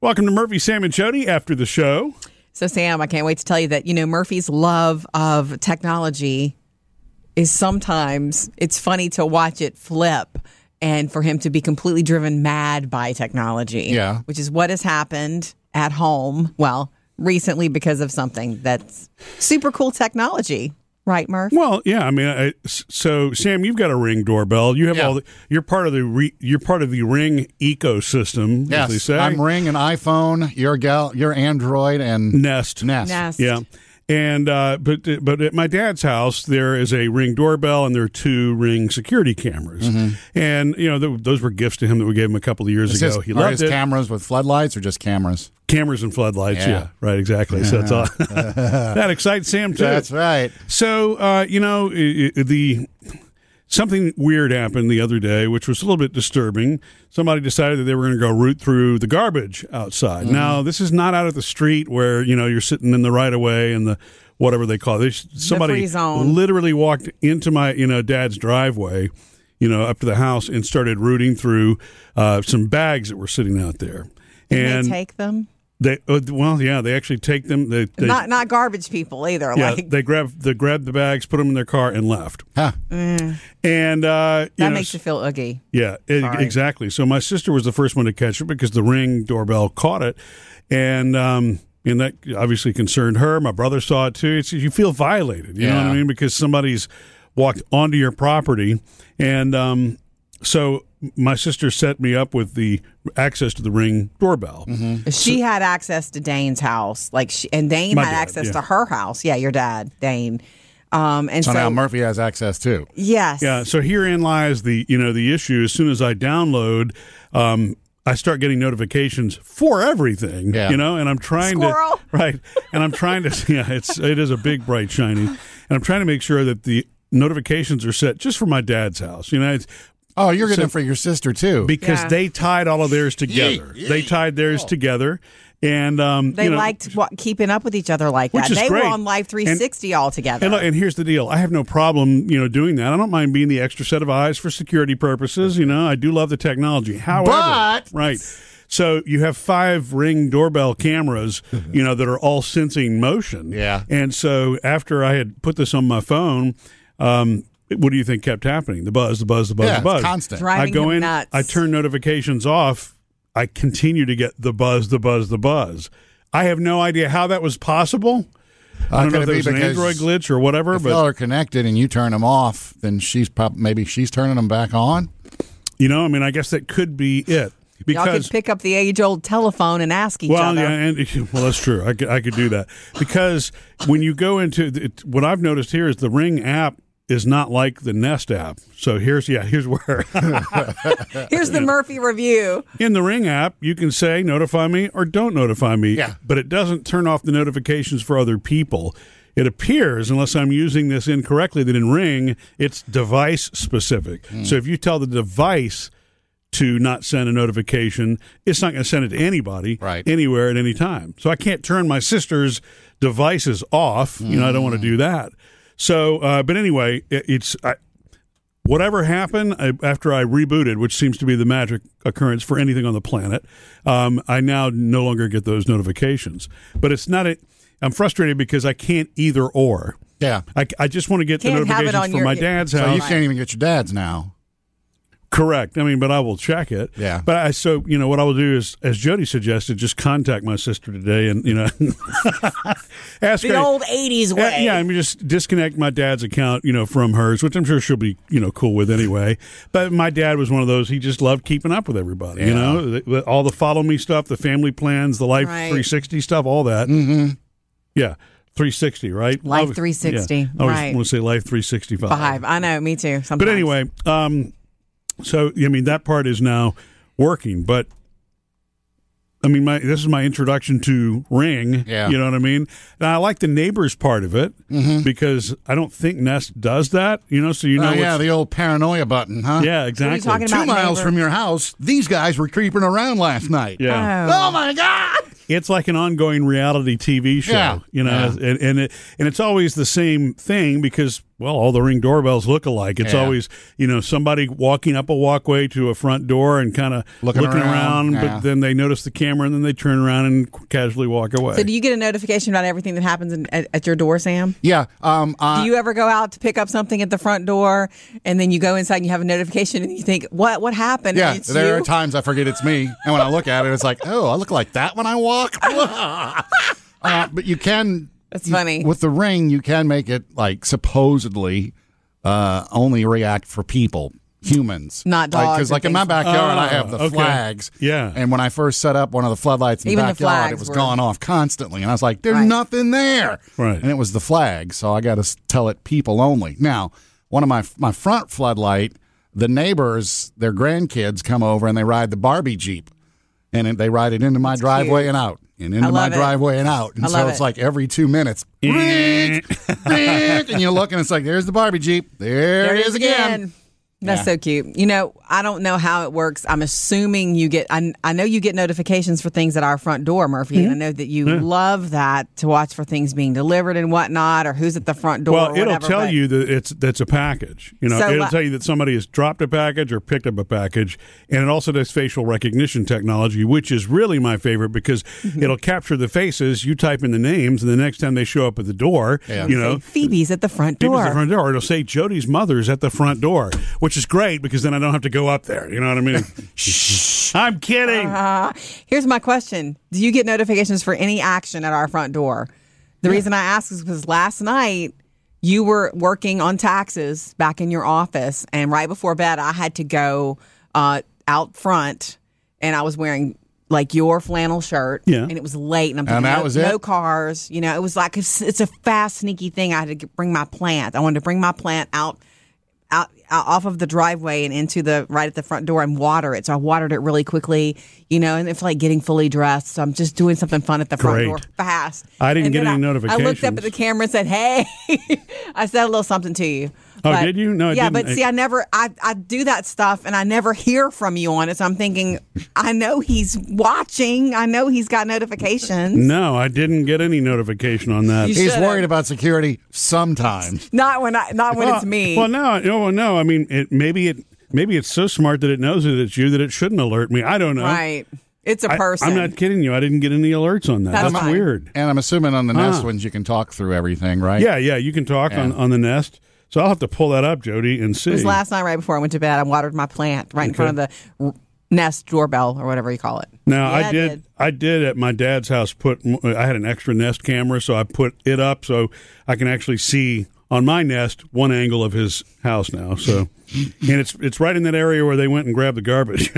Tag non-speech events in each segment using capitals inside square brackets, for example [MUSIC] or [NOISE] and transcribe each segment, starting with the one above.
Welcome to Murphy, Sam, and Jody after the show. So, Sam, I can't wait to tell you that, you know, Murphy's love of technology is sometimes it's funny to watch it flip and for him to be completely driven mad by technology. Yeah. Which is what has happened at home. Well, recently because of something that's super cool technology. Right, Murph? Well, yeah, I mean, I, so Sam, you've got a Ring doorbell. You have Yeah. all. The, you're part of the. Re, you're part of the Ring ecosystem, as they Yes, say. I'm Ring and iPhone. Your gal, your Android and E Nest. Nest. Nest. Yeah. And uh, but but at my dad's house there is a ring doorbell and there are two ring security cameras, and you know th- those were gifts to him that we gave him a couple of years Is ago. his, he are loved his it. cameras with floodlights or just cameras? cameras and floodlights. Yeah, Yeah. right. Exactly. So [LAUGHS] that's all. that excites Sam too. That's right. So uh, you know i- i- the something weird happened the other day, which was a little bit disturbing. Somebody decided that they were going to go root through the garbage outside. Mm-hmm. Now this is not out at the street where you know you're sitting in the right of way and the whatever they call this. Somebody free zone. literally walked into my you know dad's driveway. You know, up to the house and started rooting through uh, some bags that were sitting out there. Can And they take them? they, uh, well, yeah, they actually take them. They, they not not garbage people either. yeah, like they grabbed they grabbed the bags, put them in their car, and left. Huh. And uh, you that know, makes you feel oogie. yeah, e- exactly. So my sister was the first one to catch it because the ring doorbell caught it, and um, and that obviously concerned her. My brother saw it too. It's, you feel violated, you know what I Yeah. mean, because somebody's walked onto your property, and um, so my sister set me up with the access to the ring Mm-hmm. doorbell. She had access to Dane's house, like she, and Dane My had dad, access yeah. to her house. Yeah, your dad, Dane. Um, and So, so, Oh, now Murphy has access too. yes, Yeah. So herein lies the you know the issue. As soon as I download, um, I start getting notifications for everything. Yeah. You know, and I'm trying Squirrel. to [LAUGHS] right, and I'm trying to [LAUGHS] yeah, it's it is a big bright shiny, and I'm trying to make sure that the notifications are set just for my dad's house. You know, it's Oh, you're getting it for your sister too. because Yeah. they tied all of theirs together. They tied theirs together, and um, they you know, liked wa- keeping up with each other like Which that. is They great. were on Live 360 all together. And, look, and here's the deal. I have no problem, you know, doing that. I don't mind being the extra set of eyes for security purposes. You know, I do love the technology. However, But- right. So you have five ring doorbell [LAUGHS] cameras, you know, that are all sensing motion. Yeah. And so after I had put this on my phone, um, what do you think kept happening? The buzz, the buzz, the buzz, yeah, the it's buzz. constant. Driving I go him in, nuts. I turn notifications off. I continue to get the buzz, the buzz, the buzz. I have no idea how that was possible. I don't know could if there it be was an because Android glitch or whatever, If but y'all are connected and you turn them off, then she's prob- maybe she's turning them back on. you know, I mean, I guess that could be it Y'all could because pick up the age old telephone and ask each well, other. yeah, and [LAUGHS] well, that's true. I could, I could do that because when you go into the, it, what I've noticed here is the Ring app is not like the Nest app. So here's yeah, here's where [LAUGHS] Here's the Murphy review. in the Ring app you can say notify me or don't notify me. Yeah. but it doesn't turn off the notifications for other people. It appears, unless I'm using this incorrectly, that in Ring it's device specific. So if you tell the device to not send a notification. It's not going to send it to anybody, Right. anywhere at any time. So I can't turn my sister's devices off. You know, I don't want to do that. So, uh, but anyway, it, it's I, whatever happened I, after I rebooted, which seems to be the magic occurrence for anything on the planet. Um, I now no longer get those notifications. But it's not a I'm frustrated because I can't either or. Yeah. I, I just want to get the Can't have it notifications on for your- e-, my dad's So house. you can't even get your dad's now. Correct. I mean, but I will check it. Yeah. But I so you know what I will do is, as Jody suggested, just contact my sister today and you know [LAUGHS] ask The her. old 80s Uh, way. yeah, I mean, just disconnect my dad's account, you know, from hers, which I'm sure she'll be, you know, cool with anyway. But my dad was one of those; he just loved keeping up with everybody, you Yeah. know, The- the- all the follow me stuff, the family plans, the life Right. 360 stuff, all that. Mm-hmm. Yeah, 360, right? Life Always- 360, I always right. want to say life 365. Five. I know, me too. Sometimes. But anyway, um, so I mean that part is now working, but I mean my this is my introduction to Ring. Yeah. Mm-hmm. you know what I mean. And I like the neighbors part of it because I don't think Nest does that. You know, so you know. oh, yeah, what's- the old paranoia button, huh? yeah, are you exactly. talking Two About miles neighbor- from your house, these guys were creeping around last night. Yeah, Oh. Oh my God! it's like an ongoing reality TV show. Yeah. You know, Yeah. and and it, and it's always the same thing because well, all the ring doorbells look alike. It's Yeah. always, you know, somebody walking up a walkway to a front door and kind of Looking around, around, but yeah. then they notice the camera and then they turn around and casually walk away. So do you get a notification about everything that happens in, at, at your door, Sam? Yeah. Um, Do I, you ever go out to pick up something at the front door and then you go inside and you have a notification and you think, what What happened? yeah. And it's There you? are times I forget it's me, and when I look at it, it's like, oh, I look like that when I walk. [LAUGHS] uh, but you can. That's you- funny. With the ring, you can make it like supposedly uh, only react for people. Humans, Not dogs Because, like, and in my things. backyard, Ah, I have the okay. flags. Yeah. And when I first set up one of the floodlights in Even the the backyard, it flags was were- gone off constantly, and I was like, "There's Right. nothing there." Right. And it was the flag, so I got to tell it people only. Now, one of my my front floodlight, the neighbors, their grandkids come over and they ride the Barbie Jeep. And it- they ride it into my driveway and out, and into my love it. driveway and out, and I so love it's it. like every two minutes, [LAUGHS] "Ring, ring," and you look and it's like, "There's the Barbie Jeep, there, There it is again." That's so cute. You know, I don't know how it works. I'm assuming you get, I, I know you get notifications for things at our front door, Murphy. And I know that you love that to watch for things being delivered and whatnot or who's at the front door. well, or it'll whatever, tell but- you that it's that's a package. You know, So it'll li- tell you that somebody has dropped a package or picked up a package, and it also does facial recognition technology, which is really my favorite because Mm-hmm. it'll capture the faces. You type in the names, and the next time they show up at the door, Yeah. you know, Phoebe's at the front door. People's at the front door. It'll say Jody's mother's at the front door, which is great because then I don't have to go up there. You know what I [LAUGHS] mean? Shh. I'm kidding. Uh-huh. Here's my question Do you get notifications for any action at our front door? The reason I ask is because last night you were working on taxes back in your office, and right before bed, I had to go uh, out front and I was wearing like your flannel shirt Yeah. and it was late and i'm thinking And that no, was no it? cars you know it was like it's, it's a fast sneaky thing i had to get- bring my plant i wanted to bring my plant out out, out off of the driveway and into the right at the front door and water it. So I watered it really quickly, you know, and it's like getting fully dressed. So I'm just doing something fun at the front Great. door fast. I didn't And get then any I looked up notifications. at the camera and said, "Hey," [LAUGHS] I said a little something to you. Oh, did you? No, I yeah, didn't. but see, I never, I, I do that stuff, and I never hear from you on it. So I'm thinking, I know he's watching. I know he's got notifications. No, I didn't get any notification on that. You He's should've. worried about security sometimes. Not when I, not when Well, [LAUGHS] it's me. Well, no, no, well, no. I mean, it, maybe it maybe it's so smart that it knows that it's you that it shouldn't alert me. I don't know. right? It's a I, person. am not kidding you. I didn't get any alerts on that. That's That's, fine. weird. And I'm assuming on the Nest Ah. ones you can talk through everything, right? Yeah, yeah. You can talk on, on the nest. So I'll have to pull that up, Jody, and see. It was last night right before I went to bed. I watered my plant right in front of the r- nest doorbell or whatever you call it. Now Yeah, I did, I did at my dad's house. Put I had an extra Nest camera, so I put it up so I can actually see on my Nest one angle of his house now. So, and it's it's right in that area where they went and grabbed the garbage.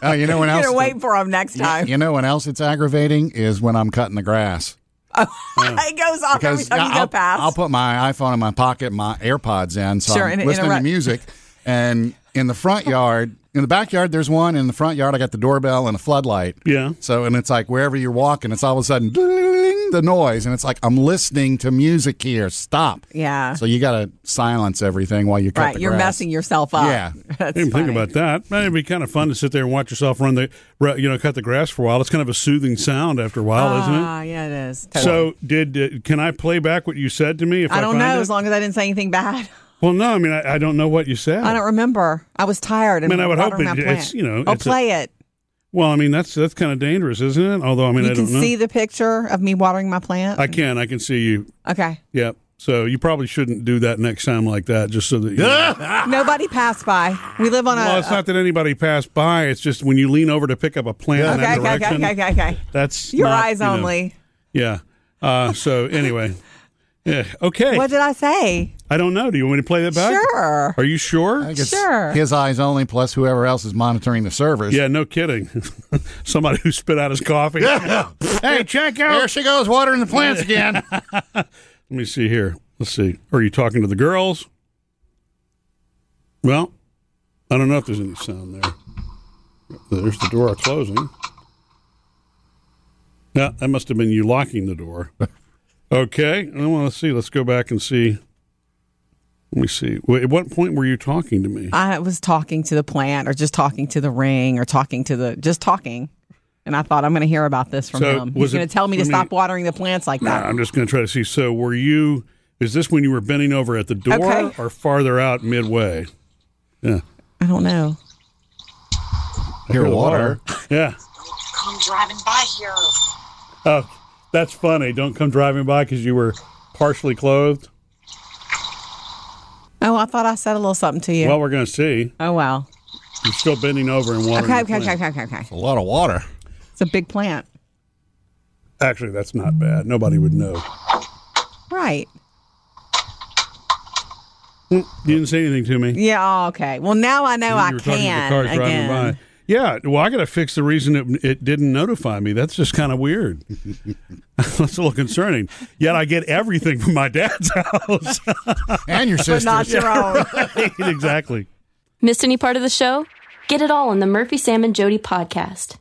[LAUGHS] Oh, you [LAUGHS] know when You're else? gonna uh, wait for him next time. You know when else it's aggravating is when I'm cutting the grass. [LAUGHS] it goes off every time you go I'll, past. I'll put my iPhone in my pocket, my AirPods in, so Sure, I'm and it listening interrupt- to music. And in the front yard, in the backyard, there's one. In the front yard, I got the doorbell and a floodlight. Yeah. So and it's like wherever you're walking, it's all of a sudden ding, the noise, and it's like I'm listening to music here. Stop. Yeah. So you gotta silence everything while you cut right, the you're grass. messing yourself up. Yeah. [LAUGHS] That's I didn't funny. think about that. Man, it'd be kind of fun to sit there and watch yourself run the, ru- you know, cut the grass for a while. It's kind of a soothing sound after a while, isn't it? Ah, yeah, it is. Totally. So did uh, can I play back what you said to me if I, I don't find know. it? As long as I didn't say [LAUGHS] anything bad, well, no, I mean I, I don't know what you said. I don't remember. I was tired. And I mean, I would hope watering it- my plant. it's, you know, Oh, it's a- play it. well, I mean that's that's kind of dangerous, isn't it? Although I mean You I can don't know. see the picture of me watering my plant. I can I can see you okay. Yep. So you probably shouldn't do that next time like that, just so that. You know. [LAUGHS] Nobody passed by. We live on a. ah. Well, it's not that anybody passed by. It's just when you lean over to pick up a plant in that okay, okay, okay, direction. okay, okay, okay. That's Your not, eyes you know, only. yeah. Uh, so [LAUGHS] anyway, yeah. Okay. What did I say? I don't know. Do you want me to play that back? Sure. Are you sure? I think it's Sure. his eyes only, plus whoever else is monitoring the servers. yeah. No kidding. [LAUGHS] Somebody who spit out his coffee. hey, check out. There she goes, watering the plants again. Let me see here. Let's see. Are you talking to the girls? Well, I don't know if there's any sound there. There's the door closing. Yeah, that must have been you locking the door. Okay. I want to see. Let's go back and see. Let me see. Wait, At what point were you talking to me? I was talking to the plant or just talking to the ring or talking to the just talking. And I thought I'm going to hear about this from So, him. was He's going it- to tell me to let me- stop watering the plants like that. I'm just going to try to see. So, were you Is this when you were bending over at the door Okay. or farther out midway? Yeah. I don't know. Hear water. Yeah. come driving by here. Oh, that's funny. Don't come driving by because you were partially clothed. Oh, I thought I said a little something to you. Well, we're going to see. oh wow. You're still bending over and watering. Okay, the okay, plant. okay, okay, okay, okay. A lot of water. It's a big plant, Actually, that's not bad. Nobody would know. right? You didn't say anything to me. Yeah. oh, okay. Well, now I know I you were talking to the can cars driving again. by. Yeah, well, I got to fix the reason it, it didn't notify me. That's just kind of weird. [LAUGHS] That's a little concerning. Yet I get everything from my dad's [LAUGHS] house. And [LAUGHS] your But [LAUGHS] sister's. not your own. exactly. Missed any part of the show? Get it all on the Murphy, Sam, and Jody podcast.